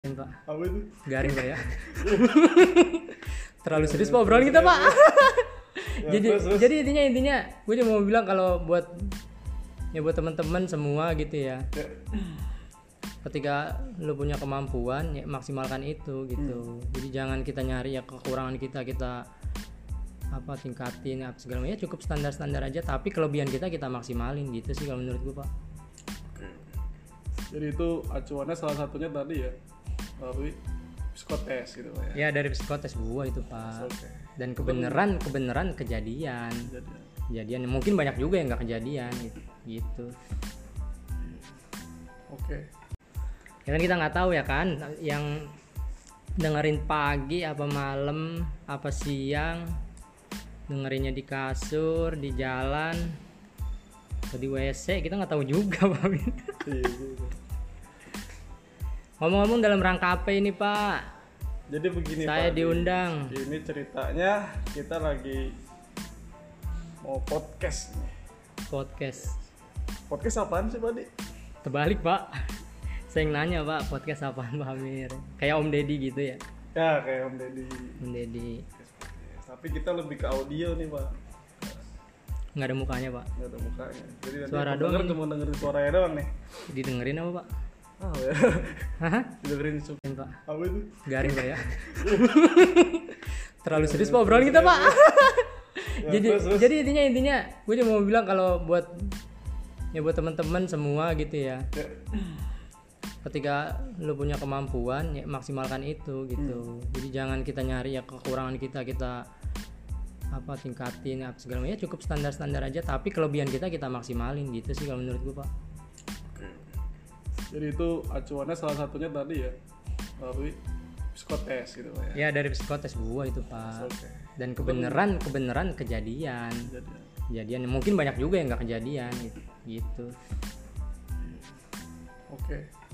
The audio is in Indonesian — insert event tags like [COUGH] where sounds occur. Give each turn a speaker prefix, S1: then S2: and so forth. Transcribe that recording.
S1: garing pak
S2: Apa itu?
S1: garing
S2: [LAUGHS]
S1: pak ya terlalu serius pak obrolan kita pak [LAUGHS]
S2: Iya, Ya,
S1: jadi
S2: terus, terus.
S1: jadi intinya intinya gue cuma mau bilang kalau buat ya buat teman-teman semua gitu ya
S2: Ya,
S1: ketika lu punya kemampuan ya maksimalkan itu
S2: Hmm.
S1: gitu jadi jangan kita nyari ya kekurangan kita kita apa tingkatin apa segala macam ya cukup standar standar aja tapi kelebihan kita kita maksimalin gitu sih kalau menurut gue pak
S2: Jadi itu acuannya salah satunya tadi ya. Melalui psikotes gitu Pak, ya.
S1: ya dari psikotes gua itu pak
S2: Oke.
S1: dan kebenaran kebenaran kejadian
S2: Jadi
S1: kejadian mungkin banyak juga yang nggak kejadian gitu. gitu
S2: oke.
S1: ya kan kita nggak tahu ya kan yang dengerin pagi apa malam apa siang dengerinnya di kasur di jalan atau di WC kita nggak tahu juga [LAUGHS] Pak Win.
S2: Iya, gitu.
S1: ngomong-ngomong dalam rangka apa ini Pak
S2: Jadi begini
S1: saya
S2: Pak.
S1: diundang
S2: Ini ceritanya kita lagi mau podcast nih.
S1: podcast
S2: Podcast apaan sih, Pak? Di?
S1: terbalik Pak [LAUGHS] saya yang nanya Pak podcast apa Pak Amir kayak Om Deddy gitu ya
S2: Ya, kayak Om Deddy.
S1: Om Deddy
S2: Tapi kita lebih ke audio nih, Pak.
S1: nggak ada mukanya Pak
S2: Nggak ada mukanya. Jadi nanti
S1: Suara
S2: aku denger
S1: doang.
S2: cuma dengerin suaranya doang nih.
S1: didengerin apa Pak
S2: Oh, ya.
S1: Hah?
S2: [LAUGHS] dengerin su-
S1: Dengerin, Pak
S2: apa itu?
S1: garing
S2: [LAUGHS]
S1: pak ya terlalu serius pak obrolan kita pak
S2: Iya, Ya,
S1: [LAUGHS] jadi
S2: terus, terus.
S1: jadi intinya intinya gue cuma mau bilang kalau buat ya buat teman-teman semua gitu ya
S2: Ya,
S1: ketika lu punya kemampuan ya maksimalkan itu
S2: Hmm.
S1: gitu jadi jangan kita nyari ya kekurangan kita kita apa tingkatin apa segala macam ya cukup standar standar aja tapi kelebihan kita kita maksimalin gitu sih kalau menurut gue pak
S2: Jadi itu acuannya salah satunya tadi ya. Melalui psikotes gitu, Pak. Ya.
S1: ya dari psikotes gua itu pak
S2: Oke.
S1: dan kebenaran kebenaran kejadian
S2: Jadi
S1: kejadian mungkin banyak juga yang nggak kejadian gitu
S2: oke.